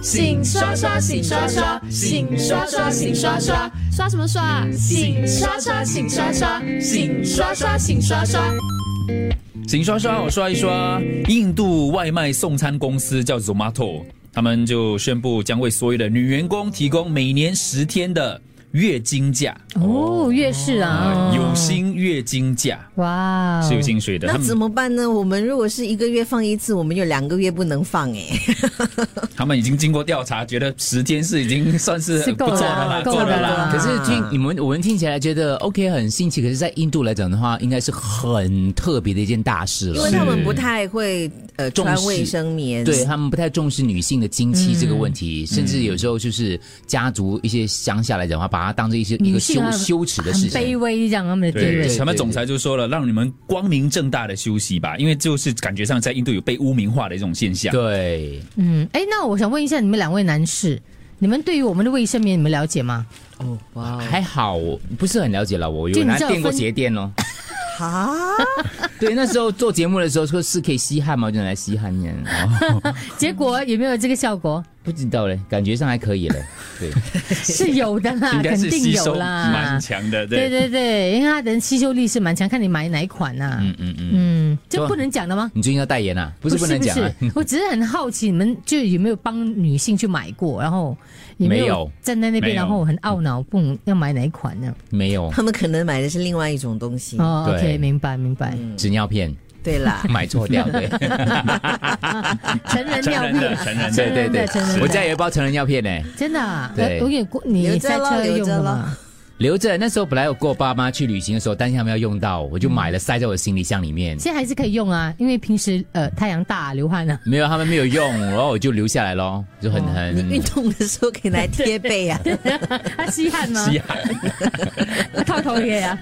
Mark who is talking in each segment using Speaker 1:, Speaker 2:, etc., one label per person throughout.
Speaker 1: 醒刷刷，醒刷刷，醒刷刷，醒刷刷，
Speaker 2: 刷什么刷啊？
Speaker 1: 醒刷刷，醒刷刷，醒刷刷，醒刷刷。
Speaker 3: 请刷刷，我刷一刷。印度外卖送餐公司叫 Zomato，他们就宣布将为所有的女员工提供每年十天的月经假，
Speaker 2: 哦，月事啊
Speaker 3: 呃，有薪月经假
Speaker 2: 哇哦，
Speaker 3: 是有薪水的。他
Speaker 4: 那怎
Speaker 3: 们
Speaker 4: 么办呢？我们如果是一个月放一次，我们有两个月不能放哎、
Speaker 3: 他们已经经过调查，觉得十天是已经算是
Speaker 2: 是
Speaker 3: 不
Speaker 2: 够了
Speaker 3: 错的啦，
Speaker 2: 够了
Speaker 3: 了啦。
Speaker 4: 啊
Speaker 5: 可是听你们，我们听起来觉得 OK 很新奇，可是，在印度来讲的话，应该是很特别的一件大事
Speaker 4: 因
Speaker 5: 了
Speaker 4: 为。他们不太会呃
Speaker 5: 重视
Speaker 4: 穿卫生
Speaker 2: 嗯
Speaker 4: 棉，
Speaker 5: 对他们不太重视女性的经期这个问题，甚至有时候就是家族一些乡下来讲的话，把它当做一些一
Speaker 2: 女
Speaker 5: 个
Speaker 2: 性
Speaker 5: 羞
Speaker 2: 啊
Speaker 5: 羞耻的
Speaker 2: 很
Speaker 5: 事
Speaker 2: 卑
Speaker 5: 情。
Speaker 2: 微这样他们的地
Speaker 3: 对，
Speaker 2: 位
Speaker 5: 对。
Speaker 3: 他们总裁就说了，让你们光明正大的休息吧，因为就是感觉上在印度有被污名化的一种现象。
Speaker 5: 对，
Speaker 2: 嗯，哎，那我想问一下你们两位男士，你们对于我们的卫生棉你们了解吗？
Speaker 4: 哦，哇哦，
Speaker 5: 还好不是很了解了，我
Speaker 2: 就
Speaker 5: 有
Speaker 2: 你
Speaker 5: 拿
Speaker 2: 知道
Speaker 5: 垫过
Speaker 2: 分
Speaker 5: 鞋垫哦。
Speaker 4: 哈，
Speaker 5: 对，那时候做节目的时候说是可以吸汗嘛，我就拿来吸汗烟。哦
Speaker 2: 结果有没有这个效果？
Speaker 5: 不知道嘞，感觉上还可以嘞。对，
Speaker 2: 是有的啦，
Speaker 3: 应该
Speaker 2: 啊肯
Speaker 3: 是
Speaker 2: 定
Speaker 3: 吸
Speaker 2: 有
Speaker 3: 收
Speaker 2: 啦
Speaker 3: 蛮。强的，
Speaker 2: 对对对，因为它的吸收力是蛮强，看你买哪一款呐、啊。
Speaker 5: 嗯嗯嗯，
Speaker 2: 嗯，这
Speaker 5: 对
Speaker 2: 不能讲的吗？
Speaker 5: 你最近要代言啊？不是不能讲啊。
Speaker 2: 不是我只是很好奇，你们就有没有帮女性去买过？然后有没有
Speaker 5: 没有
Speaker 2: 站在那
Speaker 3: 没
Speaker 2: 边，
Speaker 3: 有
Speaker 2: 然后很懊恼，不懂要买哪一款呢？
Speaker 5: 没有
Speaker 4: 他们可能买的是另外一种东西。
Speaker 2: 哦
Speaker 5: 对嗯
Speaker 2: ，OK，明白明白，
Speaker 5: 纸尿片，，
Speaker 4: 对啦
Speaker 5: 买错掉对。
Speaker 2: 成人
Speaker 3: 成
Speaker 2: 尿啊
Speaker 3: 人的
Speaker 2: 片，
Speaker 3: 成人的
Speaker 5: 对
Speaker 2: 真的
Speaker 5: 对
Speaker 2: 真的
Speaker 5: 对，我家有一包成人药片呢、
Speaker 2: 真的啊，
Speaker 5: 对
Speaker 2: 呃永远过你
Speaker 4: 留
Speaker 2: 塞
Speaker 4: 着咯
Speaker 2: 车用
Speaker 4: 留着
Speaker 2: 的
Speaker 4: 咯
Speaker 2: 嘛。
Speaker 5: 留着。那时候本来我跟我爸妈去旅行的时候，担心他们要用到，我就买了塞在我的行李箱里面。
Speaker 2: 现在还是可以用啊，因为平时呃太阳大流汗啊。
Speaker 5: 没有，他们没有用，然后我就留下来咯，就
Speaker 2: 哦
Speaker 5: 很
Speaker 4: 你运
Speaker 5: 很。
Speaker 4: 动的时候可以来贴背啊，
Speaker 2: 他吸汗吗？
Speaker 3: 吸汗。
Speaker 2: 套头也啊，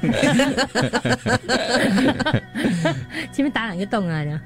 Speaker 2: 前面打两个洞啊，这样。